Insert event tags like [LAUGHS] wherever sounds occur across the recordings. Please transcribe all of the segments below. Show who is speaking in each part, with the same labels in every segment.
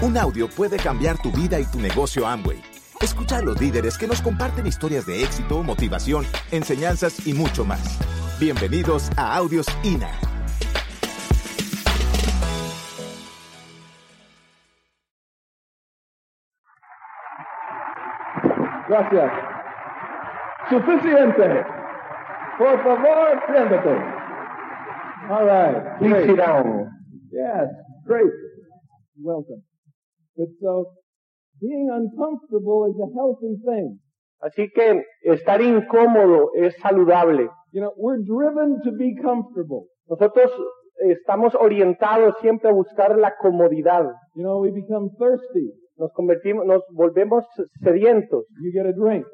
Speaker 1: Un audio puede cambiar tu vida y tu negocio Amway. Escucha a los líderes que nos comparten historias de éxito, motivación, enseñanzas y mucho más. Bienvenidos a Audios INA.
Speaker 2: Gracias. Suficiente. Por favor, siéntate. All right.
Speaker 3: Please
Speaker 2: great.
Speaker 3: sit down.
Speaker 2: Yes, great. Welcome. But so, being uncomfortable is a healthy thing.
Speaker 3: Así que estar incómodo es saludable.
Speaker 2: You know, we're driven to be comfortable.
Speaker 3: Nosotros estamos orientados siempre a buscar la comodidad.
Speaker 2: You know, we become thirsty.
Speaker 3: Nos convertimos, nos volvemos sedientos
Speaker 2: You get a drink.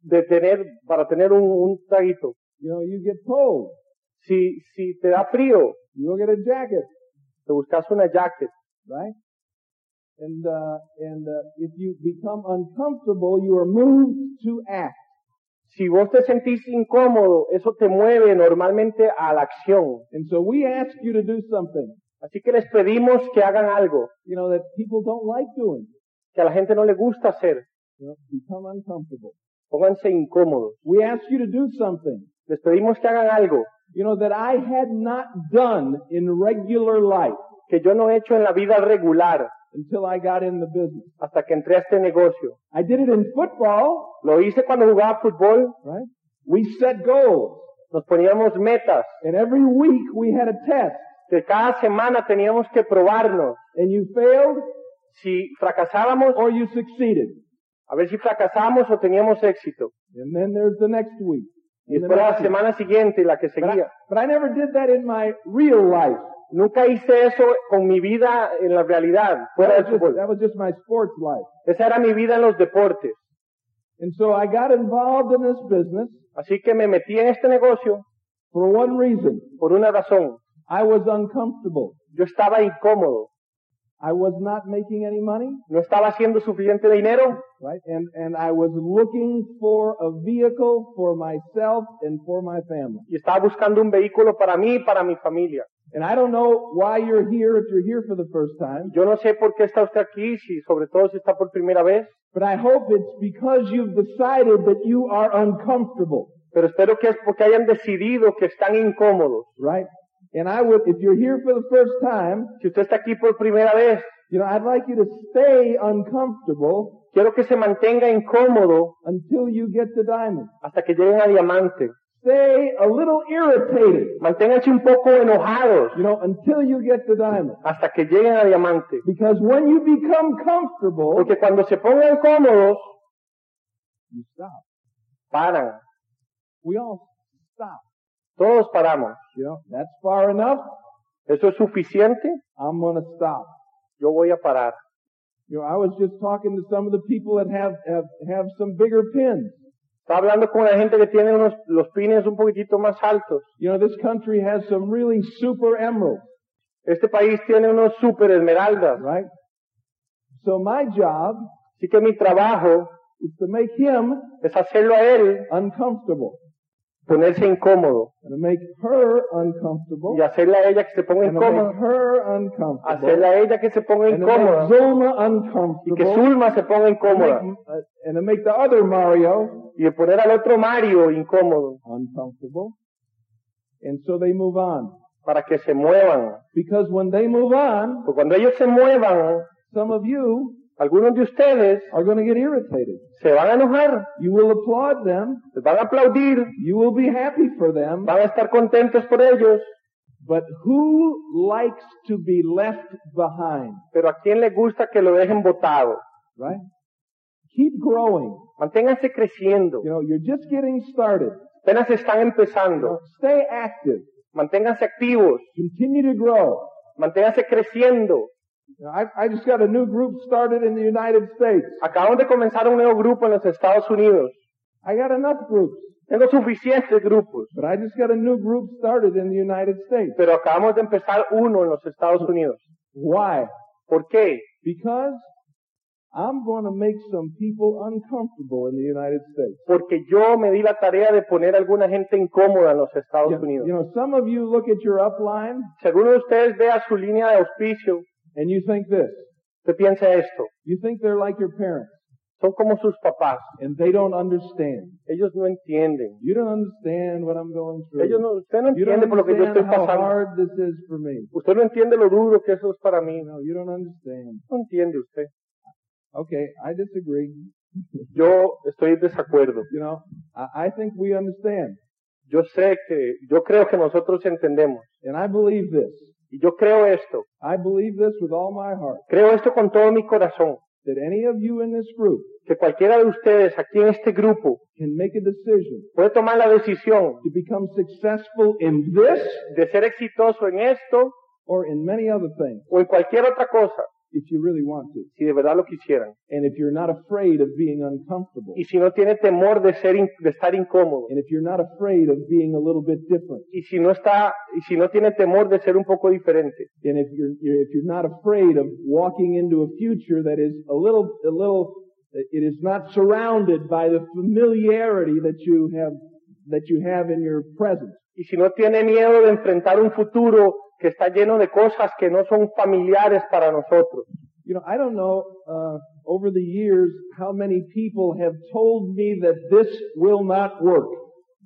Speaker 3: de tener, para tener un, un traguito.
Speaker 2: You know, you get cold.
Speaker 3: Si, si te da frío,
Speaker 2: You go get a jacket,
Speaker 3: te buscas una jacket.
Speaker 2: right? And, uh, and, uh, if you become uncomfortable, you are moved to act.
Speaker 3: Si vos te sentís incómodo, eso te mueve normalmente a la acción.
Speaker 2: And so we ask you to do something,
Speaker 3: Así que les pedimos que hagan algo
Speaker 2: you know, that people don't like doing.
Speaker 3: que a la gente no le gusta hacer.
Speaker 2: You know, become uncomfortable.
Speaker 3: Pónganse incómodos.
Speaker 2: We ask you to do something,
Speaker 3: Les pedimos que hagan algo
Speaker 2: you know, that I had not done in regular life
Speaker 3: que yo no he hecho en la vida regular
Speaker 2: until I got in the business.
Speaker 3: hasta que entré a este negocio.
Speaker 2: I did it in football,
Speaker 3: Lo hice cuando jugaba fútbol,
Speaker 2: right? We set goals
Speaker 3: nos poníamos metas,
Speaker 2: and every week we had a test
Speaker 3: que cada semana teníamos que probarnos.
Speaker 2: and you failed
Speaker 3: Si fracasábamos,
Speaker 2: or you succeeded.
Speaker 3: a ver si fracasábamos o teníamos éxito.
Speaker 2: And then there's the next week.
Speaker 3: Y
Speaker 2: and the
Speaker 3: después la
Speaker 2: next week.
Speaker 3: semana siguiente, la que
Speaker 2: But I,
Speaker 3: seguía.
Speaker 2: but I never did that in my real life.
Speaker 3: Nunca hice eso con mi vida en la realidad, fuera
Speaker 2: That was
Speaker 3: del
Speaker 2: just,
Speaker 3: fútbol.
Speaker 2: that was just my sports life.
Speaker 3: Esa era mi vida en los deportes.
Speaker 2: And so I got involved in this business
Speaker 3: Así que me metí en este negocio
Speaker 2: for one reason.
Speaker 3: por una razón.
Speaker 2: I was uncomfortable.
Speaker 3: Yo estaba incómodo.
Speaker 2: I was not making any money,
Speaker 3: No estaba haciendo suficiente dinero
Speaker 2: right? And, and I was looking for a vehicle for myself and for my family.
Speaker 3: y estaba buscando un vehículo para mí y para mi familia.
Speaker 2: And I don't know why you're here if you're here for the first time,
Speaker 3: Yo no sé por qué está usted aquí, si sobre todo si está por primera vez,
Speaker 2: but I hope it's because you've decided that you are uncomfortable,
Speaker 3: pero espero que es porque hayan decidido que están incómodos.
Speaker 2: right? And I would, if you're here for the first time,
Speaker 3: Si usted está aquí por primera vez,
Speaker 2: you know, I'd like you to stay uncomfortable
Speaker 3: quiero que se mantenga incómodo
Speaker 2: until you get the diamond.
Speaker 3: hasta que lleguen a diamante.
Speaker 2: Stay a little irritated
Speaker 3: Manténganse un poco enojados
Speaker 2: You know, until you get the diamond.
Speaker 3: hasta que lleguen a diamante.
Speaker 2: Because when you become comfortable,
Speaker 3: Porque cuando se pongan cómodos,
Speaker 2: you stop.
Speaker 3: paran.
Speaker 2: We all stop.
Speaker 3: Todos paramos.
Speaker 2: You know, that's far enough.
Speaker 3: ¿Eso es suficiente?
Speaker 2: I'm gonna stop.
Speaker 3: Yo voy a parar.
Speaker 2: You know, I was just talking to some of the people that have, have, have some bigger pins.
Speaker 3: Estaba hablando con la gente que tiene unos, los pines un poquitito más altos.
Speaker 2: You know, this country has some really super emeralds,
Speaker 3: Este país tiene unos super esmeraldas.
Speaker 2: right? So my job
Speaker 3: Así que mi trabajo
Speaker 2: is to make him
Speaker 3: es hacerlo a él
Speaker 2: uncomfortable.
Speaker 3: ponerse incómodo
Speaker 2: And to make her uncomfortable.
Speaker 3: y hacerle a ella que se ponga
Speaker 2: And to make
Speaker 3: incómoda,
Speaker 2: her uncomfortable.
Speaker 3: hacerle a ella que se ponga
Speaker 2: And to make
Speaker 3: incómoda
Speaker 2: Zulma
Speaker 3: y que
Speaker 2: uncomfortable.
Speaker 3: Zulma se ponga incómoda
Speaker 2: Make- uh, and to make the other Mario
Speaker 3: y de poner al otro Mario incómodo
Speaker 2: uncomfortable. And so they move on.
Speaker 3: para que se muevan.
Speaker 2: Because when they move on,
Speaker 3: Porque cuando ellos se muevan,
Speaker 2: some of you
Speaker 3: algunos de ustedes
Speaker 2: are going to get irritated.
Speaker 3: se van a enojar,
Speaker 2: You will applaud them.
Speaker 3: les van a aplaudir,
Speaker 2: You will be happy for them.
Speaker 3: van a estar contentos por ellos,
Speaker 2: But who likes to be left behind?
Speaker 3: pero a quién le gusta que lo dejen botado.
Speaker 2: Right? Keep growing.
Speaker 3: Manténganse creciendo,
Speaker 2: You know, you're just getting started.
Speaker 3: apenas están
Speaker 2: You know,
Speaker 3: empezando,
Speaker 2: stay active.
Speaker 3: manténganse activos,
Speaker 2: Continue to grow.
Speaker 3: manténganse creciendo.
Speaker 2: You know, I, I just got a new group started in the United States.
Speaker 3: Acabamos de comenzar un nuevo grupo en los Estados Unidos.
Speaker 2: I got enough groups.
Speaker 3: Tengo suficientes grupos,
Speaker 2: But I just got a new group started in the United States.
Speaker 3: pero acabamos de empezar uno en los Estados Unidos.
Speaker 2: Why?
Speaker 3: ¿Por qué?
Speaker 2: Because I'm going to make some people uncomfortable in the United States.
Speaker 3: Porque yo me di la tarea de poner a alguna gente incómoda en los Estados
Speaker 2: You,
Speaker 3: Unidos.
Speaker 2: you know, some of you look at your upline
Speaker 3: Si alguno de ustedes vea su línea de auspicio,
Speaker 2: and you think this,
Speaker 3: Usted piensa esto,
Speaker 2: You think they're like your parents
Speaker 3: son como sus papás,
Speaker 2: and they don't understand.
Speaker 3: ellos no entienden.
Speaker 2: You don't understand what I'm going through.
Speaker 3: Ellos no, usted no
Speaker 2: you don't
Speaker 3: entiende por lo que yo estoy
Speaker 2: understand how
Speaker 3: pasando.
Speaker 2: hard this is for me.
Speaker 3: Usted no entiende lo duro que eso es para mí. No
Speaker 2: No, you don't understand.
Speaker 3: entiende usted.
Speaker 2: Okay, I disagree.
Speaker 3: Yo estoy en desacuerdo.
Speaker 2: You know, I, I think we understand.
Speaker 3: Yo sé que, yo creo que nosotros entendemos.
Speaker 2: And I believe this.
Speaker 3: Y yo creo esto.
Speaker 2: I believe this with all my heart.
Speaker 3: Creo esto con todo mi corazón.
Speaker 2: That any of you in this group
Speaker 3: Que cualquiera de ustedes aquí en este grupo
Speaker 2: can make a decision
Speaker 3: puede tomar la decisión
Speaker 2: to become successful in this
Speaker 3: de ser exitoso en esto
Speaker 2: or in many other things
Speaker 3: o en cualquier otra cosa,
Speaker 2: if you really want to.
Speaker 3: si de verdad lo quisieran.
Speaker 2: And if you're not afraid of being uncomfortable.
Speaker 3: Y si no tiene temor de ser, in- de estar incómodo.
Speaker 2: And if you're not afraid of being a little bit different.
Speaker 3: Y si no está, y si no tiene temor de ser un poco diferente.
Speaker 2: And if you're, you're if you're not afraid of walking into a future that is a little a little it is not surrounded by the familiarity that you have that you have in your present.
Speaker 3: Y si no tiene miedo de enfrentar un futuro que está lleno de cosas que no son familiares para nosotros.
Speaker 2: You know, I don't know uh, over the years how many people have told me that this will not work.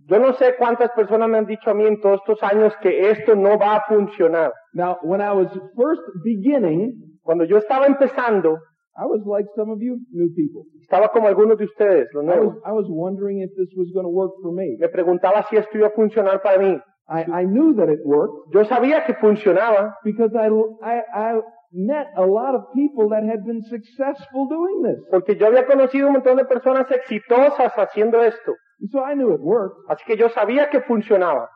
Speaker 3: Yo no sé cuántas personas me han dicho a mí en todos estos años que esto no va a funcionar.
Speaker 2: Now, when I was first beginning,
Speaker 3: Cuando yo estaba empezando,
Speaker 2: I was like some of you new people.
Speaker 3: estaba como algunos de ustedes, los
Speaker 2: I was,
Speaker 3: nuevos.
Speaker 2: I was wondering if this was going to work for me.
Speaker 3: Me preguntaba si esto iba a funcionar para mí.
Speaker 2: I, I knew that it worked
Speaker 3: Yo sabía que funcionaba
Speaker 2: because I, I, I met a lot of people that had been successful doing this.
Speaker 3: porque yo había conocido un montón de personas exitosas haciendo esto.
Speaker 2: And so I knew it worked.
Speaker 3: Así que yo sabía que funcionaba.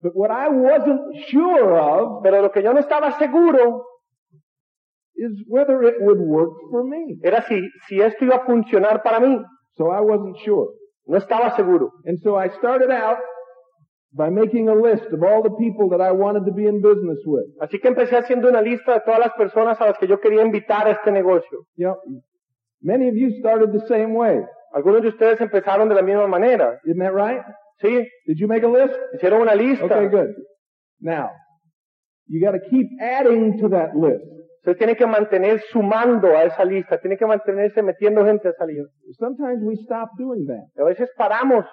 Speaker 2: But what I wasn't sure of
Speaker 3: Pero lo que yo no estaba seguro
Speaker 2: is whether it would work for me.
Speaker 3: era si, si esto iba a funcionar para mí.
Speaker 2: So I wasn't sure.
Speaker 3: No estaba seguro.
Speaker 2: And so I started out by making a list of all the people that I wanted to be in business with.
Speaker 3: Así que empecé haciendo una lista de todas las personas a las que yo quería invitar a este negocio.
Speaker 2: You know, many of you started the same way.
Speaker 3: Algunos de ustedes empezaron de la misma manera.
Speaker 2: Isn't that right?
Speaker 3: ¿Sí?
Speaker 2: Did you make a list?
Speaker 3: Hicieron una lista.
Speaker 2: Okay, good. Now, you gotta keep adding to that list.
Speaker 3: Ustedes tienen que mantener sumando a esa lista. Tienen que mantenerse metiendo gente a esa lista.
Speaker 2: Sometimes we stop doing that.
Speaker 3: A veces paramos.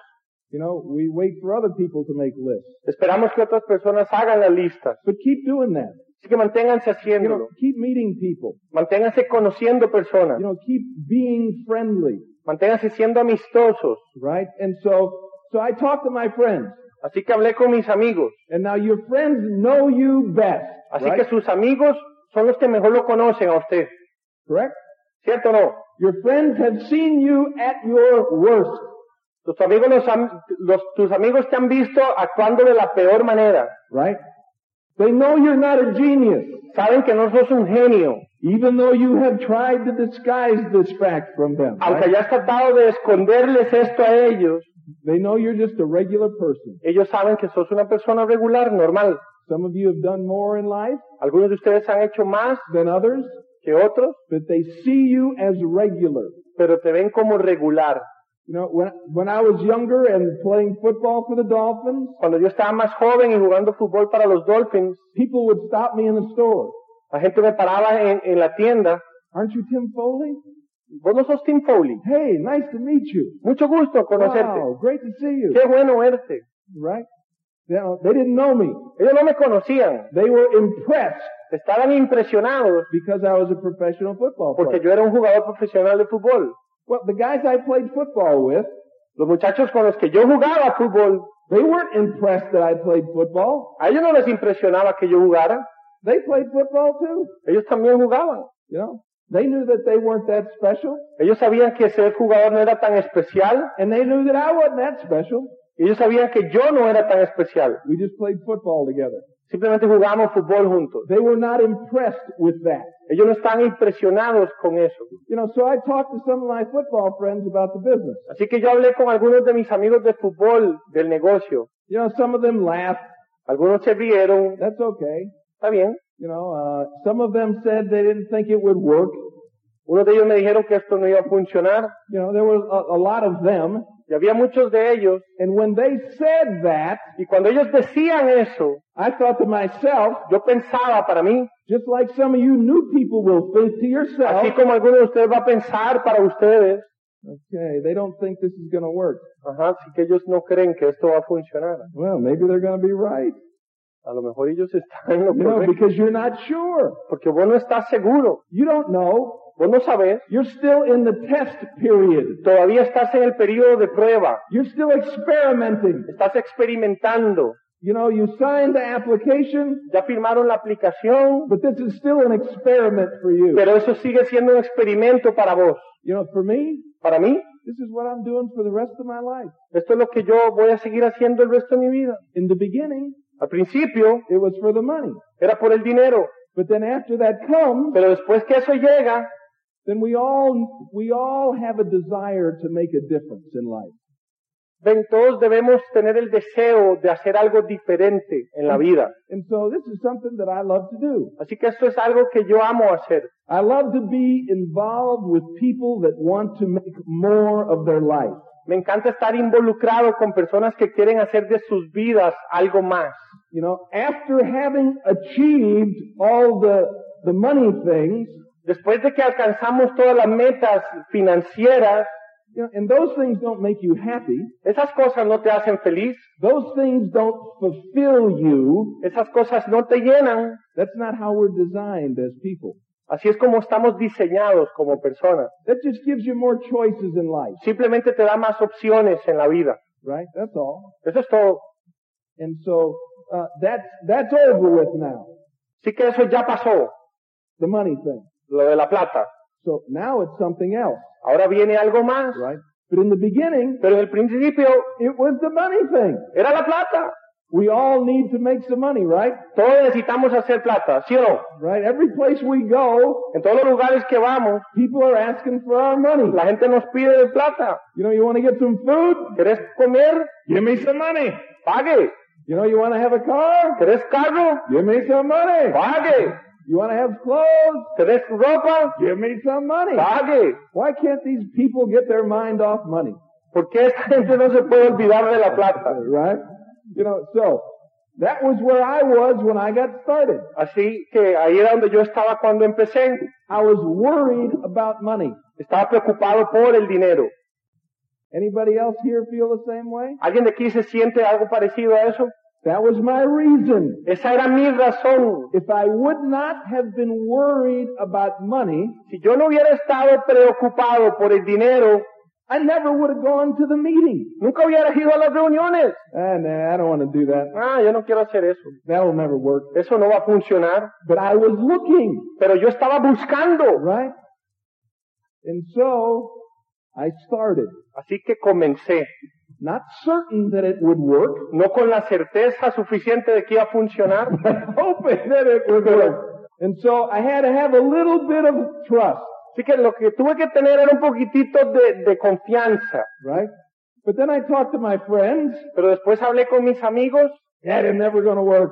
Speaker 2: You know, we wait for other people to make lists.
Speaker 3: Esperamos que otras personas hagan las listas.
Speaker 2: But keep doing that.
Speaker 3: Así que manténganse
Speaker 2: You know,
Speaker 3: haciéndolo.
Speaker 2: keep meeting people.
Speaker 3: Manténganse conociendo personas.
Speaker 2: You know, keep being friendly,
Speaker 3: Manténganse siendo amistosos.
Speaker 2: right? And so, so I talk to my friends.
Speaker 3: Así que hablé con mis amigos.
Speaker 2: And now your friends know you best,
Speaker 3: Así
Speaker 2: right?
Speaker 3: que sus amigos son los que mejor lo conocen a usted.
Speaker 2: Correct?
Speaker 3: ¿Cierto o no?
Speaker 2: Your friends have seen you at your worst,
Speaker 3: Tus amigos, los han- los- tus amigos te han visto actuando de la peor manera.
Speaker 2: right? They know you're not a genius,
Speaker 3: Saben que no sos un genio,
Speaker 2: even though you have tried to disguise this fact from them.
Speaker 3: aunque
Speaker 2: right?
Speaker 3: hayas tratado de esconderles esto a ellos.
Speaker 2: They know you're just a regular person.
Speaker 3: Ellos saben que sos una persona regular, normal.
Speaker 2: Some of you have done more in life
Speaker 3: Algunos de ustedes han hecho más
Speaker 2: than others,
Speaker 3: que otros,
Speaker 2: but they see you as regular.
Speaker 3: pero te ven como regular.
Speaker 2: You know, when, when I was younger and playing football for the Dolphins,
Speaker 3: Cuando yo estaba más joven y jugando fútbol para los Dolphins,
Speaker 2: people would stop me in the store.
Speaker 3: la gente me paraba en, en la tienda.
Speaker 2: Aren't you Tim Foley?
Speaker 3: Vos no sos Tim Foley.
Speaker 2: Hey, nice to meet you.
Speaker 3: Mucho gusto conocerte.
Speaker 2: Wow, great to see you.
Speaker 3: Qué bueno verte.
Speaker 2: Right? You know, they didn't know me.
Speaker 3: Ellos no me conocían.
Speaker 2: They were impressed
Speaker 3: Estaban impresionados
Speaker 2: because I was a professional football
Speaker 3: porque
Speaker 2: player.
Speaker 3: yo era un jugador profesional de fútbol.
Speaker 2: Well, the guys I played football with,
Speaker 3: Los muchachos con los que yo jugaba fútbol,
Speaker 2: they weren't impressed that I played football.
Speaker 3: a ellos no les impresionaba que yo jugara.
Speaker 2: They played football too.
Speaker 3: Ellos también jugaban.
Speaker 2: You know, they knew that they weren't that special,
Speaker 3: Ellos sabían que ser jugador no era tan especial.
Speaker 2: and they knew that I wasn't that special.
Speaker 3: y Ellos sabían que yo no era tan especial.
Speaker 2: We just played football together.
Speaker 3: Simplemente jugábamos fútbol juntos.
Speaker 2: They were not impressed with that.
Speaker 3: Ellos no están impresionados con eso.
Speaker 2: You know, so I talked to some of my football friends about the business.
Speaker 3: Así que yo hablé con algunos de mis amigos de fútbol del negocio.
Speaker 2: You know, some of them laughed.
Speaker 3: Algunos se rieron.
Speaker 2: That's okay.
Speaker 3: Está bien.
Speaker 2: You know, uh, some of them said they didn't think it would work.
Speaker 3: Unos de ellos me dijeron que esto no iba a funcionar.
Speaker 2: You know, there was a, a lot of them.
Speaker 3: Y Y había muchos de ellos.
Speaker 2: And when they said that,
Speaker 3: Y cuando ellos decían eso,
Speaker 2: I thought to myself,
Speaker 3: yo pensaba para mí,
Speaker 2: just like some of you new people will think to yourself,
Speaker 3: así como alguno de ustedes va a pensar para ustedes,
Speaker 2: okay, they don't think this is going to work.
Speaker 3: ajá, así que ellos no creen que esto va a funcionar.
Speaker 2: Well, maybe they're going to be right.
Speaker 3: A lo mejor ellos
Speaker 2: [LAUGHS]
Speaker 3: están en lo
Speaker 2: You know,
Speaker 3: correcto,
Speaker 2: because you're not sure.
Speaker 3: porque vos no estás seguro,
Speaker 2: You don't know.
Speaker 3: vos no sabes,
Speaker 2: You're still in the test period.
Speaker 3: todavía estás en el periodo de prueba,
Speaker 2: You're still experimenting.
Speaker 3: estás experimentando,
Speaker 2: You know, you signed the application,
Speaker 3: ya firmaron la aplicación,
Speaker 2: but this is still an experiment for you.
Speaker 3: pero eso sigue siendo un experimento para vos.
Speaker 2: You know, for me,
Speaker 3: Para mí,
Speaker 2: this is what I'm doing for the rest of my life.
Speaker 3: esto es lo que yo voy a seguir haciendo el resto de mi vida.
Speaker 2: In the beginning,
Speaker 3: Al principio
Speaker 2: it was for the money.
Speaker 3: era por el dinero,
Speaker 2: But then after that comes,
Speaker 3: pero después que eso llega,
Speaker 2: then we all, we all have a desire to make a difference in life.
Speaker 3: ven, todos debemos tener el deseo de hacer algo diferente en la vida.
Speaker 2: And so this is something that I love to do.
Speaker 3: Así que esto es algo que yo amo hacer.
Speaker 2: I love to be involved with people that want to make more of their life.
Speaker 3: Me encanta estar involucrado con personas que quieren hacer de sus vidas algo más.
Speaker 2: You know, after having achieved all the, the money things,
Speaker 3: Después de que alcanzamos todas las metas financieras,
Speaker 2: you know, and those things don't make you happy.
Speaker 3: esas cosas no te hacen feliz,
Speaker 2: Those things don't fulfill you.
Speaker 3: esas cosas no te llenan.
Speaker 2: That's not how we're designed as people.
Speaker 3: Así es como estamos diseñados como personas.
Speaker 2: That just gives you more choices in life,
Speaker 3: Simplemente te da más opciones en la vida.
Speaker 2: right? That's all.
Speaker 3: Eso es todo.
Speaker 2: And so, uh, that's, that's over with now.
Speaker 3: Así que eso ya pasó,
Speaker 2: The money thing.
Speaker 3: lo de la plata.
Speaker 2: So now it's something else,
Speaker 3: Ahora viene algo más.
Speaker 2: right? But in the beginning,
Speaker 3: Pero en el principio
Speaker 2: it was the money thing.
Speaker 3: era la plata.
Speaker 2: We all need to make some money, right?
Speaker 3: Todos necesitamos hacer plata, ¿sí o no?
Speaker 2: Right? Every place we go,
Speaker 3: En todos los lugares que vamos,
Speaker 2: people are asking for our money.
Speaker 3: la gente nos pide de plata.
Speaker 2: You know, you want to get some food?
Speaker 3: ¿Querés comer?
Speaker 2: Give me some money.
Speaker 3: Pague.
Speaker 2: You know, you want to have a car?
Speaker 3: ¿Querés carro?
Speaker 2: Give me some money.
Speaker 3: Pague.
Speaker 2: You want to have clothes?
Speaker 3: ¿Querés ropa?
Speaker 2: Give me some money.
Speaker 3: Pague.
Speaker 2: Why can't these people get their mind off money?
Speaker 3: ¿Por qué esta [LAUGHS] gente no se puede olvidar de la plata?
Speaker 2: Right? You know, so that was where I was when I got started.
Speaker 3: Así que ahí era donde yo estaba cuando empecé.
Speaker 2: I was worried about money.
Speaker 3: Estaba preocupado por el dinero.
Speaker 2: Anybody else here feel the same way?
Speaker 3: ¿Alguien de aquí se siente algo parecido a eso?
Speaker 2: That was my reason.
Speaker 3: Esa era mi razón.
Speaker 2: If I would not have been worried about money,
Speaker 3: Si yo no hubiera estado preocupado por el dinero,
Speaker 2: I never would have gone to the meeting.
Speaker 3: nunca hubiera ido a las reuniones.
Speaker 2: Ah, nah, I don't want to do that.
Speaker 3: Ah, yo no quiero hacer eso.
Speaker 2: That'll never work.
Speaker 3: Eso no va a funcionar.
Speaker 2: But I was looking,
Speaker 3: Pero yo estaba buscando.
Speaker 2: right? And so I started,
Speaker 3: Así que comencé.
Speaker 2: not certain that it would work,
Speaker 3: No con la certeza suficiente de que iba a funcionar,
Speaker 2: [LAUGHS] hoping that it would work. And so I had to have a little bit of trust,
Speaker 3: Así que lo que tuve que tener era un poquitito de, de confianza.
Speaker 2: right? But then I talked to my friends.
Speaker 3: Pero después hablé con mis amigos.
Speaker 2: That is never going to work.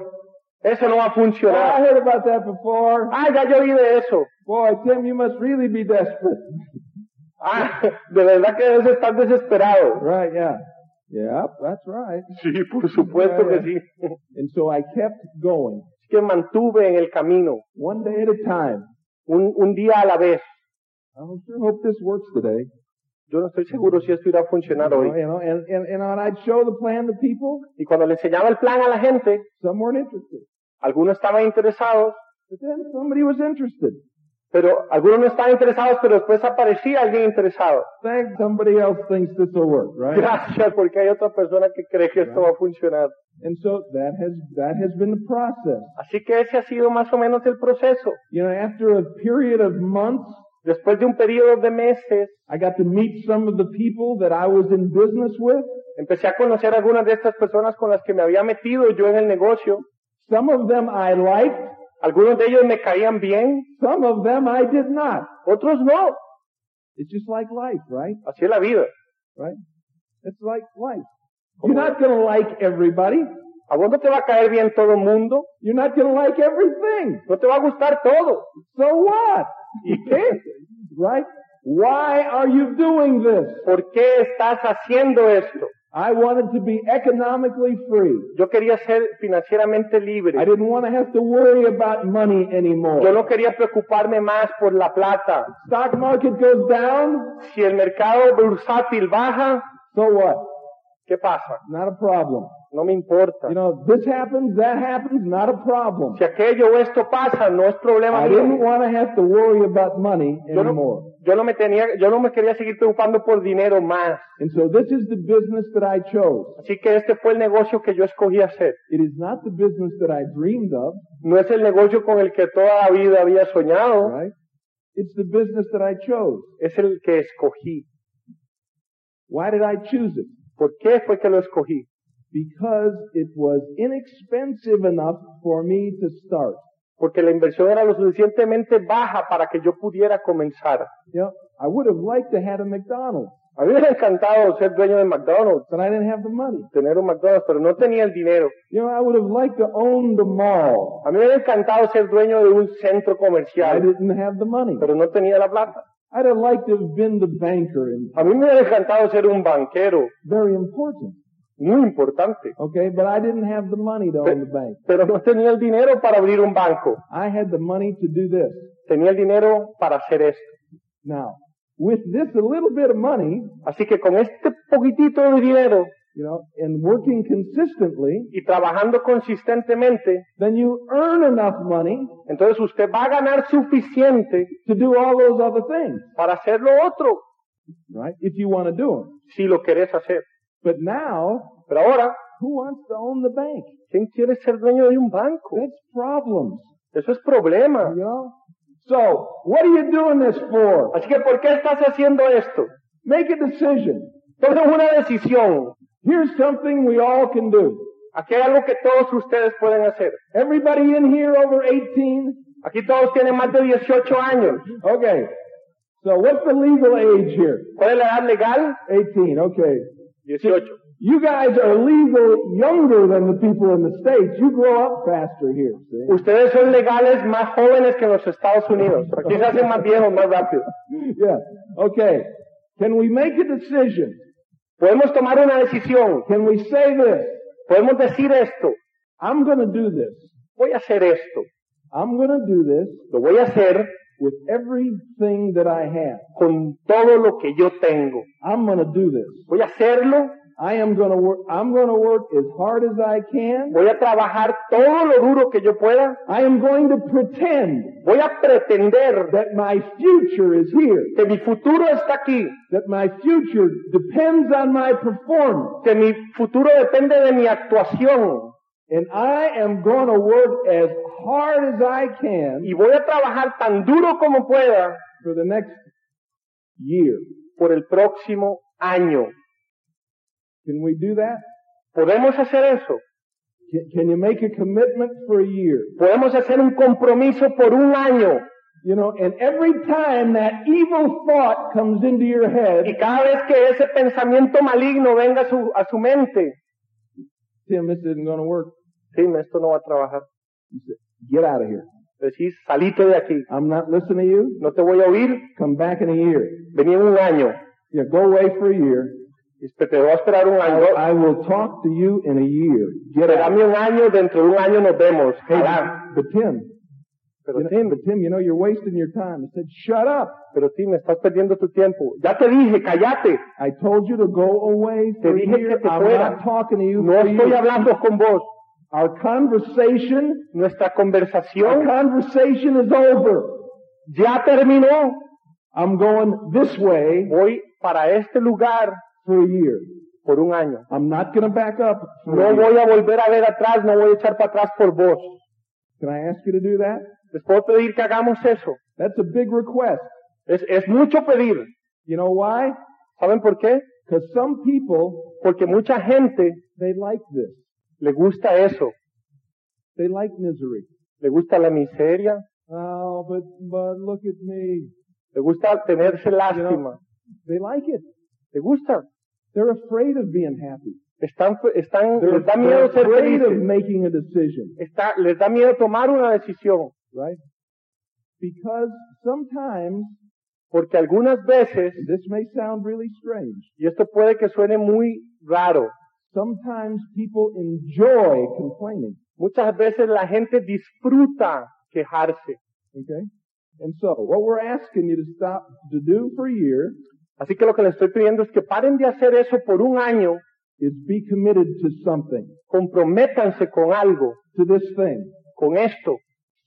Speaker 3: Eso no va a
Speaker 2: Oh, I
Speaker 3: funcionar.
Speaker 2: heard about that before.
Speaker 3: Ah, ya yo vi de eso.
Speaker 2: Boy, Tim, you must really be desperate.
Speaker 3: Ah, de verdad que debes estar desesperado.
Speaker 2: Right, yeah. Yep, that's right.
Speaker 3: Sí, por supuesto que sí. Así
Speaker 2: And so I kept going,
Speaker 3: que mantuve en el camino,
Speaker 2: one day at a time.
Speaker 3: un, un día a la vez.
Speaker 2: I sure hope this works today.
Speaker 3: Yo no estoy seguro si esto irá a funcionar
Speaker 2: You know,
Speaker 3: hoy.
Speaker 2: you know, and, and, and when I'd show the plan to people,
Speaker 3: Y cuando le enseñaba el plan a la gente,
Speaker 2: some weren't interested.
Speaker 3: algunos estaban interesados,
Speaker 2: But then somebody was interested.
Speaker 3: pero algunos no estaban interesados, pero después aparecía alguien interesado. [LAUGHS]
Speaker 2: Thanks, somebody else thinks this will work, right?
Speaker 3: Gracias, porque hay otra persona que cree que esto va a funcionar.
Speaker 2: And so that has that has been the process.
Speaker 3: Así que ese ha sido más o menos el proceso.
Speaker 2: You know, after a period of months,
Speaker 3: Después de un periodo de meses,
Speaker 2: I got to meet some of the people that I was in business with.
Speaker 3: empecé a conocer algunas de estas personas con las que me había metido yo en el negocio.
Speaker 2: Some of them I liked,
Speaker 3: Algunos de ellos me caían bien,
Speaker 2: some of them I did not.
Speaker 3: otros no.
Speaker 2: It's just like life, right?
Speaker 3: Así es la vida.
Speaker 2: Right? It's like life. You're not going to like everybody.
Speaker 3: A vos no te va a caer bien todo el mundo,
Speaker 2: You're not going to like everything.
Speaker 3: no te va a gustar todo.
Speaker 2: So what?
Speaker 3: ¿Y qué?
Speaker 2: right? Why are you doing this?
Speaker 3: ¿Por qué estás haciendo esto?
Speaker 2: I wanted to be economically free.
Speaker 3: Yo quería ser financieramente
Speaker 2: I
Speaker 3: libre.
Speaker 2: didn't want to have to worry about money
Speaker 3: Yo
Speaker 2: anymore.
Speaker 3: no quería preocuparme más por la plata.
Speaker 2: Stock market goes down,
Speaker 3: Si el mercado bursátil baja,
Speaker 2: so what?
Speaker 3: ¿qué pasa?
Speaker 2: Not a problem.
Speaker 3: No me importa.
Speaker 2: You know, this happens, that happens, not a problem.
Speaker 3: Si aquello o esto pasa, no es problema
Speaker 2: I didn't
Speaker 3: mío.
Speaker 2: want to have to worry about money
Speaker 3: Yo
Speaker 2: anymore.
Speaker 3: no, yo no me tenía, yo no me quería seguir preocupando por dinero más.
Speaker 2: And so this is the business that I chose.
Speaker 3: Así que este fue el negocio que yo escogí hacer.
Speaker 2: It is not the business that I dreamed of,
Speaker 3: No es el negocio con el que toda la vida había soñado,
Speaker 2: right? It's the business that I chose.
Speaker 3: es el que escogí.
Speaker 2: Why did I choose it?
Speaker 3: ¿Por qué fue que lo escogí?
Speaker 2: Because it was inexpensive enough for me to start.
Speaker 3: Porque la inversión era lo suficientemente baja para que yo pudiera comenzar.
Speaker 2: You know, I would have liked to have a McDonald's,
Speaker 3: A mí me hubiera encantado ser dueño de McDonald's,
Speaker 2: but I didn't have the money.
Speaker 3: tener un McDonald's, pero no tenía el dinero.
Speaker 2: You know, I would have liked to own the mall.
Speaker 3: A mí me hubiera encantado ser dueño de un centro
Speaker 2: I
Speaker 3: comercial,
Speaker 2: didn't have the money.
Speaker 3: pero no tenía la plata.
Speaker 2: I'd have liked to have been the banker and
Speaker 3: A mí me hubiera encantado ser un banquero,
Speaker 2: very important.
Speaker 3: muy importante,
Speaker 2: Okay, but I didn't have the money to own the bank.
Speaker 3: pero no tenía el dinero para abrir un banco.
Speaker 2: I had the money to do this.
Speaker 3: Tenía el dinero para hacer esto.
Speaker 2: Now, with this a little bit of money,
Speaker 3: Así que con este poquitito de dinero
Speaker 2: you know, and working consistently,
Speaker 3: y trabajando consistentemente,
Speaker 2: then you earn enough money
Speaker 3: entonces usted va a ganar suficiente
Speaker 2: to do all those other things,
Speaker 3: para hacer lo otro,
Speaker 2: right? If you want to do them.
Speaker 3: si lo querés hacer.
Speaker 2: But now,
Speaker 3: Pero ahora,
Speaker 2: who wants to own the bank?
Speaker 3: ¿quién quiere ser dueño de un banco?
Speaker 2: That's problems,
Speaker 3: Eso es problema.
Speaker 2: you know? So, what are you doing this for?
Speaker 3: Así que, ¿por qué estás haciendo esto?
Speaker 2: Make a decision.
Speaker 3: Toma una decisión.
Speaker 2: Here's something we all can do.
Speaker 3: Aquí hay algo que todos ustedes pueden hacer.
Speaker 2: Everybody in here over 18?
Speaker 3: Aquí todos tienen más de 18 años.
Speaker 2: Okay. So what's the legal age here?
Speaker 3: ¿Cuál es la edad legal?
Speaker 2: 18, okay.
Speaker 3: 18.
Speaker 2: You guys are legal younger than the people in the States. You grow up faster here, see?
Speaker 3: Ustedes son legales más jóvenes que en los Estados Unidos. Aquí se hacen más viejos, más rápido.
Speaker 2: [LAUGHS] Yeah. Okay. Can we make a decision?
Speaker 3: Podemos tomar una decisión.
Speaker 2: Can we say this?
Speaker 3: Podemos decir esto.
Speaker 2: I'm gonna do this.
Speaker 3: Voy a hacer esto.
Speaker 2: I'm gonna do this
Speaker 3: Lo voy a hacer
Speaker 2: with everything that I have.
Speaker 3: con todo lo que yo tengo.
Speaker 2: I'm gonna do this.
Speaker 3: Voy a hacerlo.
Speaker 2: I am gonna work, I'm gonna work as hard as I can.
Speaker 3: Voy a trabajar todo lo duro que yo pueda.
Speaker 2: I am going to pretend
Speaker 3: Voy a pretender
Speaker 2: that my future is here.
Speaker 3: que mi futuro está aquí.
Speaker 2: that my future depends on my performance
Speaker 3: Que mi futuro depende de mi actuación.
Speaker 2: and I am going to work as hard as I can
Speaker 3: Y voy a trabajar tan duro como pueda
Speaker 2: for the next year.
Speaker 3: por el próximo año.
Speaker 2: Can we do that?
Speaker 3: Podemos hacer eso.
Speaker 2: Can, can you make a commitment for a year?
Speaker 3: Podemos hacer un compromiso por un año.
Speaker 2: You know, and every time that evil thought comes into your
Speaker 3: Y
Speaker 2: head,
Speaker 3: cada vez que ese pensamiento maligno venga a su, a su mente,
Speaker 2: Tim, this isn't going to work.
Speaker 3: Tim, esto no va a trabajar.
Speaker 2: You say, Get out of here.
Speaker 3: Decís, salite de aquí.
Speaker 2: I'm not listening to you.
Speaker 3: No te voy a oír.
Speaker 2: Come back in a year.
Speaker 3: Vení en un año.
Speaker 2: Yeah, go away for a year.
Speaker 3: Dice, Te voy a esperar un año.
Speaker 2: I will talk to you in a year. Get out.
Speaker 3: Esperame un año, dentro de un año nos vemos.
Speaker 2: Hey,
Speaker 3: Ojalá.
Speaker 2: but Tim,
Speaker 3: Pero
Speaker 2: You know,
Speaker 3: Tim,
Speaker 2: but Tim, you know, you're wasting your time. I said, shut up.
Speaker 3: pero Tim, estás perdiendo tu tiempo. Ya te dije, cállate.
Speaker 2: I told you to go away for a
Speaker 3: dije que
Speaker 2: year.
Speaker 3: te
Speaker 2: I'm
Speaker 3: fueras.
Speaker 2: not talking to you
Speaker 3: No
Speaker 2: for a
Speaker 3: estoy
Speaker 2: year.
Speaker 3: hablando con vos.
Speaker 2: Our conversation,
Speaker 3: Nuestra
Speaker 2: our
Speaker 3: conversación
Speaker 2: conversation is over.
Speaker 3: ya terminó.
Speaker 2: I'm going this way
Speaker 3: Voy para este lugar
Speaker 2: for a year.
Speaker 3: por un año.
Speaker 2: I'm not going to back up. for a
Speaker 3: No
Speaker 2: year.
Speaker 3: voy a volver a ver atrás, no voy a echar para atrás por vos.
Speaker 2: Can I ask you to do that?
Speaker 3: Les puedo pedir que hagamos eso.
Speaker 2: That's a big request.
Speaker 3: Es, es mucho pedir.
Speaker 2: You know why?
Speaker 3: ¿Saben por qué?
Speaker 2: Because some people,
Speaker 3: Porque mucha gente
Speaker 2: they like this.
Speaker 3: le gusta eso.
Speaker 2: They like misery.
Speaker 3: Le gusta la miseria,
Speaker 2: Oh, but, but look at me.
Speaker 3: le gusta tenerse lástima.
Speaker 2: They like it.
Speaker 3: Le gusta.
Speaker 2: They're afraid of being happy.
Speaker 3: Están, están,
Speaker 2: They're,
Speaker 3: les da
Speaker 2: they're
Speaker 3: miedo ser
Speaker 2: afraid of
Speaker 3: felices.
Speaker 2: making a decision,
Speaker 3: Está- les da miedo tomar una decisión.
Speaker 2: right? Because sometimes
Speaker 3: Porque algunas veces,
Speaker 2: And this may sound really strange.
Speaker 3: y esto puede que suene muy raro,
Speaker 2: Sometimes people enjoy complaining.
Speaker 3: muchas veces la gente disfruta quejarse.
Speaker 2: Okay? And so, what we're asking you to stop to do for a year
Speaker 3: Así que lo que les estoy pidiendo es que paren de hacer eso por un año,
Speaker 2: is be committed to something,
Speaker 3: comprométanse con algo,
Speaker 2: to this thing,
Speaker 3: con esto,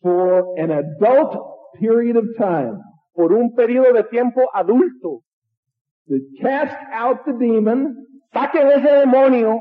Speaker 2: for an adult period of time.
Speaker 3: por un periodo de tiempo adulto.
Speaker 2: To cast out the demon
Speaker 3: Saquen ese demonio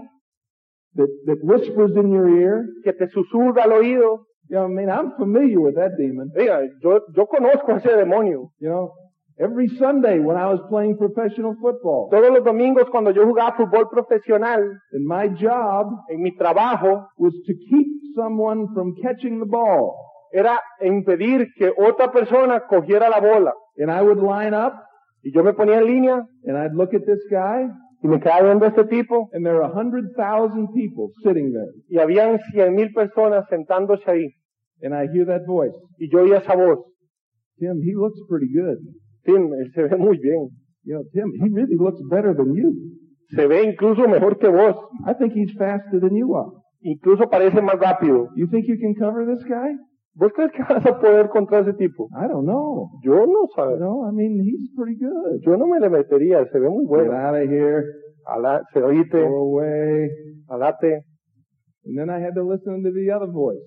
Speaker 2: that, that whispers in your ear.
Speaker 3: que te susurra al oído.
Speaker 2: You know, I mean, I'm familiar with that demon.
Speaker 3: Oiga, yo, yo conozco a ese demonio.
Speaker 2: You know, every Sunday when I was playing professional football,
Speaker 3: Todos los domingos cuando yo jugaba fútbol profesional,
Speaker 2: and my job
Speaker 3: en mi trabajo,
Speaker 2: was to keep someone from catching the ball.
Speaker 3: era impedir que otra persona cogiera la bola.
Speaker 2: And I would line up
Speaker 3: Y yo me ponía en línea
Speaker 2: and I'd look at this guy
Speaker 3: y me quedaba viendo a este tipo
Speaker 2: and there are a hundred thousand people sitting there.
Speaker 3: y habían cien mil personas sentándose ahí.
Speaker 2: And I hear that voice.
Speaker 3: Y yo oía esa voz.
Speaker 2: Tim, he looks pretty good.
Speaker 3: Tim, él se ve muy bien.
Speaker 2: You know, Tim, he really looks better than you.
Speaker 3: Se ve incluso mejor que vos.
Speaker 2: I think he's faster than you are.
Speaker 3: Incluso parece más rápido.
Speaker 2: You think you can cover this guy?
Speaker 3: ¿Vos crees que vas a poder contra ese tipo?
Speaker 2: I don't know.
Speaker 3: Yo no
Speaker 2: You
Speaker 3: sabía.
Speaker 2: know, I mean, he's pretty good.
Speaker 3: Yo no me le metería. Se ve muy
Speaker 2: Get
Speaker 3: bueno.
Speaker 2: out of here.
Speaker 3: Alá, se
Speaker 2: Go
Speaker 3: oíte,
Speaker 2: away.
Speaker 3: alate.
Speaker 2: And then I had to listen to the other voice.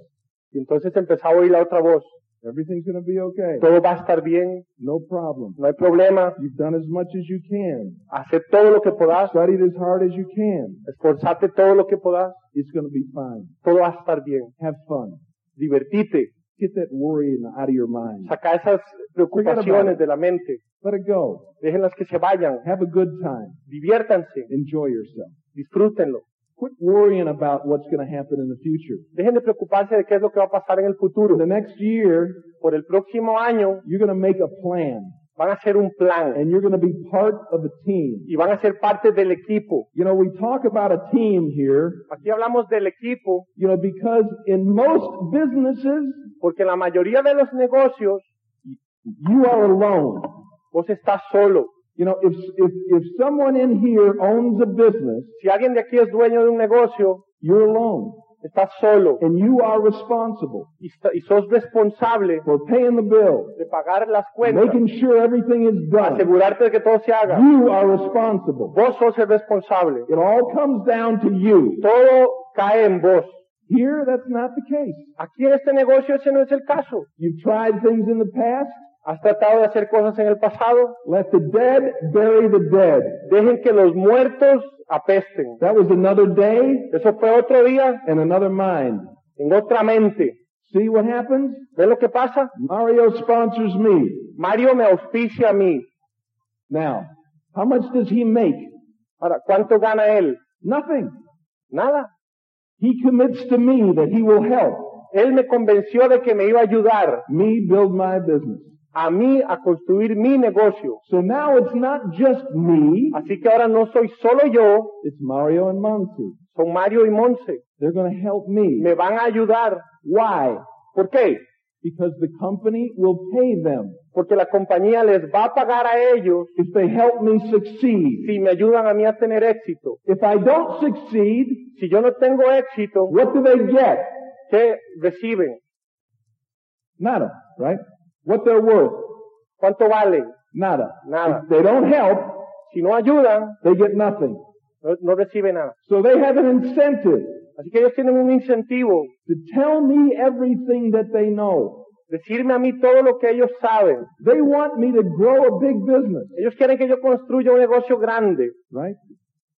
Speaker 3: Y entonces empezaba a oír la otra voz.
Speaker 2: Everything's going to be okay.
Speaker 3: Todo va a estar bien.
Speaker 2: No problem.
Speaker 3: No hay problema.
Speaker 2: You've done as much as you can.
Speaker 3: Hacé todo lo que podás.
Speaker 2: Studied as hard as you can.
Speaker 3: Esforzate todo lo que podás.
Speaker 2: It's going to be fine.
Speaker 3: Todo va a estar bien.
Speaker 2: Have fun.
Speaker 3: Divertite.
Speaker 2: Get that worry out of your mind.
Speaker 3: Saca esas preocupaciones de la mente.
Speaker 2: Let it go.
Speaker 3: Déjenlas que se vayan.
Speaker 2: Have a good time.
Speaker 3: Diviértanse.
Speaker 2: Enjoy yourself.
Speaker 3: Disfrútenlo.
Speaker 2: Quit worrying about what's going to happen in the future.
Speaker 3: Dejen de preocuparse de qué es lo que va a pasar en el futuro.
Speaker 2: For the next year,
Speaker 3: Por el próximo año
Speaker 2: you're going to make a plan
Speaker 3: van a hacer un plan
Speaker 2: and you're going to be part of a team.
Speaker 3: y van a ser parte del equipo.
Speaker 2: You know, we talk about a team here,
Speaker 3: Aquí hablamos del equipo
Speaker 2: you know, because in most businesses,
Speaker 3: porque en la mayoría de los negocios
Speaker 2: you are alone.
Speaker 3: vos estás solo.
Speaker 2: You know, if, if, if someone in here owns a business,
Speaker 3: Si alguien de aquí es dueño de un negocio,
Speaker 2: you're alone
Speaker 3: estás solo
Speaker 2: and you are responsible
Speaker 3: y, esta- y sos responsable
Speaker 2: for paying the bill,
Speaker 3: de pagar las cuentas,
Speaker 2: making sure everything is done.
Speaker 3: asegurarte de que todo se haga.
Speaker 2: You are responsible.
Speaker 3: Vos sos el responsable.
Speaker 2: It all comes down to you.
Speaker 3: Todo cae en vos.
Speaker 2: Here, that's not the case.
Speaker 3: Aquí en este negocio ese no es el caso.
Speaker 2: You've tried things in the past.
Speaker 3: Has tratado de hacer cosas en el pasado.
Speaker 2: Let the dead bury the dead.
Speaker 3: Dejen que los muertos apesten.
Speaker 2: That was another day
Speaker 3: Eso fue otro día
Speaker 2: and another mind.
Speaker 3: en otra mente.
Speaker 2: See what happens?
Speaker 3: ¿Ves lo que pasa?
Speaker 2: Mario sponsors me.
Speaker 3: Mario me auspicia a mí.
Speaker 2: Now, how much does he make?
Speaker 3: Ahora, ¿cuánto gana él?
Speaker 2: Nothing.
Speaker 3: Nada.
Speaker 2: He commits to me that he will help
Speaker 3: Él me convenció de que me iba a ayudar
Speaker 2: me build my business.
Speaker 3: a mí a construir mi negocio.
Speaker 2: So now it's not just me,
Speaker 3: Así que ahora no soy solo yo,
Speaker 2: it's Mario and Monty.
Speaker 3: son Mario y Monse.
Speaker 2: They're going to help me.
Speaker 3: Me van a ayudar.
Speaker 2: Why?
Speaker 3: ¿Por qué?
Speaker 2: Because the company will pay them
Speaker 3: Porque la compañía les va a pagar a ellos
Speaker 2: if they help me succeed.
Speaker 3: si me ayudan a mí a tener éxito.
Speaker 2: If I don't succeed,
Speaker 3: Si yo no tengo éxito,
Speaker 2: what do they get?
Speaker 3: ¿qué reciben?
Speaker 2: Nada, right? What they're worth?
Speaker 3: ¿Cuánto valen?
Speaker 2: Nada.
Speaker 3: Nada.
Speaker 2: If they don't help,
Speaker 3: Si no ayudan,
Speaker 2: they get nothing.
Speaker 3: no, no reciben nada.
Speaker 2: So they have an incentive
Speaker 3: Así que ellos tienen un incentivo,
Speaker 2: to tell me everything that they know.
Speaker 3: decirme a mí todo lo que ellos saben.
Speaker 2: They want me to grow a big business,
Speaker 3: Ellos quieren que yo construya un negocio grande.
Speaker 2: right?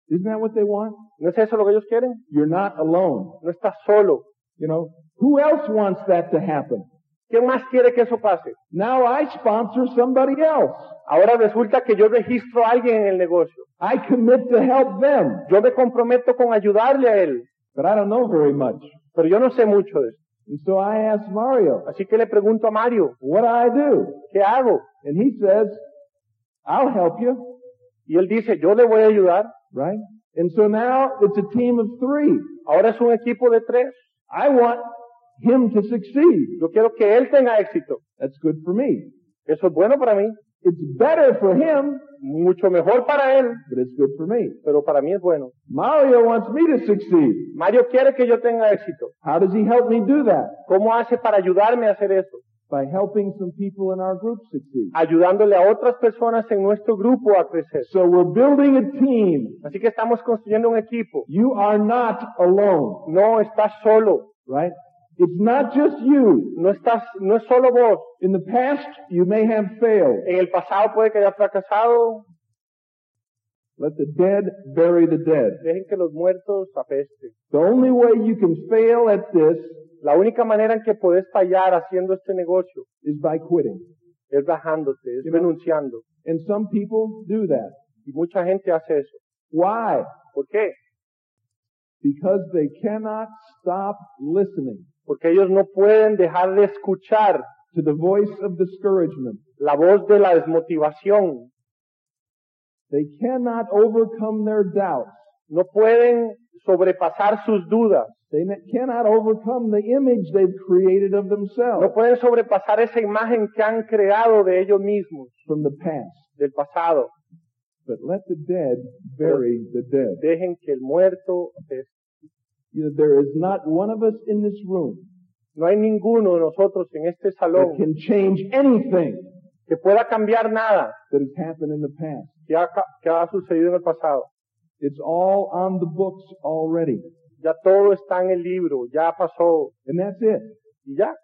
Speaker 2: Isn't that what they want?
Speaker 3: ¿No es eso lo que ellos quieren?
Speaker 2: You're not alone.
Speaker 3: No estás solo.
Speaker 2: You know, who else wants that to happen?
Speaker 3: ¿Quién más quiere que eso pase?
Speaker 2: Now I sponsor somebody else.
Speaker 3: Ahora resulta que yo registro a alguien en el negocio.
Speaker 2: I commit to help them,
Speaker 3: Yo me comprometo con ayudarle a él,
Speaker 2: but I don't know very much.
Speaker 3: pero yo no sé mucho de eso.
Speaker 2: And so I asked Mario,
Speaker 3: Así que le pregunto a Mario,
Speaker 2: what do I do?
Speaker 3: ¿qué hago?
Speaker 2: And he says, I'll help you,
Speaker 3: Y él dice, yo le voy a ayudar.
Speaker 2: right? And so now it's a team of three.
Speaker 3: Ahora es un equipo de tres.
Speaker 2: I want him to succeed.
Speaker 3: Yo quiero que él tenga éxito.
Speaker 2: That's good for me.
Speaker 3: Eso es bueno para mí.
Speaker 2: It's better for him,
Speaker 3: Mucho mejor para él,
Speaker 2: but it's good for me.
Speaker 3: pero para mí es bueno.
Speaker 2: Mario wants me to succeed.
Speaker 3: Mario quiere que yo tenga éxito.
Speaker 2: How does he help me do that?
Speaker 3: ¿Cómo hace para ayudarme a hacer eso?
Speaker 2: By helping some people in our group succeed.
Speaker 3: Ayudándole a otras personas en nuestro grupo a crecer.
Speaker 2: So we're building a team.
Speaker 3: Así que estamos construyendo un equipo.
Speaker 2: You are not alone,
Speaker 3: No estás solo.
Speaker 2: right? It's not just you.
Speaker 3: No estás, no es solo vos.
Speaker 2: In the past, you may have failed.
Speaker 3: En el pasado puede que hayas fracasado.
Speaker 2: Let the dead bury the dead.
Speaker 3: Dejen que los muertos apesten.
Speaker 2: The only way you can fail at this
Speaker 3: La única manera en que podés fallar haciendo este negocio
Speaker 2: is by quitting.
Speaker 3: es bajándote, es
Speaker 2: Sí, ¿no?
Speaker 3: renunciando.
Speaker 2: And some people do that.
Speaker 3: Y mucha gente hace eso.
Speaker 2: Why?
Speaker 3: ¿Por qué?
Speaker 2: Because they cannot stop listening
Speaker 3: Porque ellos no pueden dejar de escuchar
Speaker 2: to the voice of discouragement.
Speaker 3: la voz de la desmotivación.
Speaker 2: They cannot overcome their doubts.
Speaker 3: No pueden sobrepasar sus dudas.
Speaker 2: They ne- cannot overcome the image they've created of
Speaker 3: No
Speaker 2: themselves
Speaker 3: pueden sobrepasar esa imagen que han creado de ellos mismos,
Speaker 2: from the past.
Speaker 3: del pasado.
Speaker 2: But let the dead bury the dead.
Speaker 3: Dejen que el muerto es.
Speaker 2: You know, there is not one of us in this room
Speaker 3: No hay ninguno de nosotros en este
Speaker 2: that
Speaker 3: salón
Speaker 2: can change anything
Speaker 3: que pueda cambiar nada
Speaker 2: that has happened in the past.
Speaker 3: que ha, ca- que ha sucedido en el pasado.
Speaker 2: It's all on the books already.
Speaker 3: Ya todo está en el libro, ya pasó
Speaker 2: And that's it.
Speaker 3: y ya.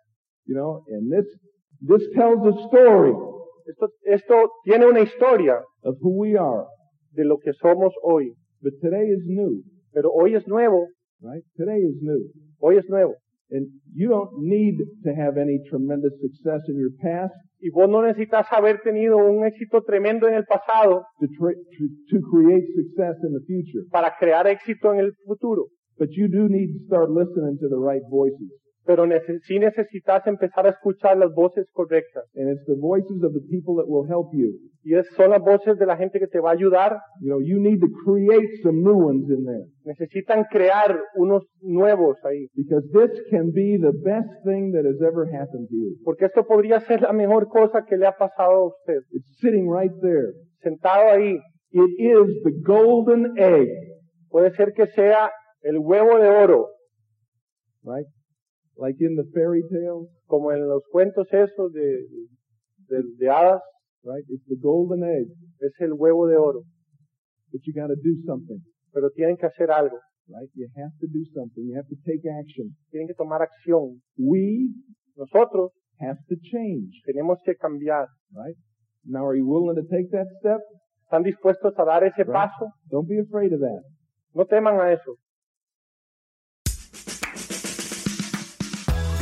Speaker 2: You know, and this, this tells a story
Speaker 3: Esto, esto tiene una historia
Speaker 2: of who we are.
Speaker 3: de lo que somos hoy,
Speaker 2: But today is new,
Speaker 3: pero hoy es nuevo,
Speaker 2: right? Today is new.
Speaker 3: hoy es nuevo.
Speaker 2: And you don't need to have any tremendous success in your past
Speaker 3: Y vos no necesitas haber tenido un éxito tremendo en el pasado
Speaker 2: to, tra- to, to create success in the future.
Speaker 3: para crear éxito en el futuro,
Speaker 2: But you do need to start listening to the right voices.
Speaker 3: pero nece- sí necesitas empezar a escuchar las voces correctas.
Speaker 2: And it's the voices of the people that will help you.
Speaker 3: Y es, son las voces de la gente que te va a ayudar.
Speaker 2: You know, you need to create some new ones in there.
Speaker 3: Necesitan crear unos nuevos ahí,
Speaker 2: Because this can be the best thing that has ever happened to you.
Speaker 3: porque esto podría ser la mejor cosa que le ha pasado a usted,
Speaker 2: It's sitting right there.
Speaker 3: sentado ahí.
Speaker 2: It is the golden egg,
Speaker 3: Puede ser que sea el huevo de oro,
Speaker 2: right? Like in the fairy tales,
Speaker 3: como en los cuentos esos de, de, de hadas,
Speaker 2: right? It's the golden egg.
Speaker 3: es el huevo de oro.
Speaker 2: But you gotta do something,
Speaker 3: Pero tienen que hacer algo,
Speaker 2: right? You have to do something. You have to take action.
Speaker 3: tienen que tomar acción.
Speaker 2: We
Speaker 3: Nosotros
Speaker 2: have to change,
Speaker 3: tenemos que cambiar.
Speaker 2: right? Now are you willing to take that step?
Speaker 3: ¿Están dispuestos a dar ese
Speaker 2: Right?
Speaker 3: paso?
Speaker 2: Don't be afraid of that.
Speaker 3: No teman a eso.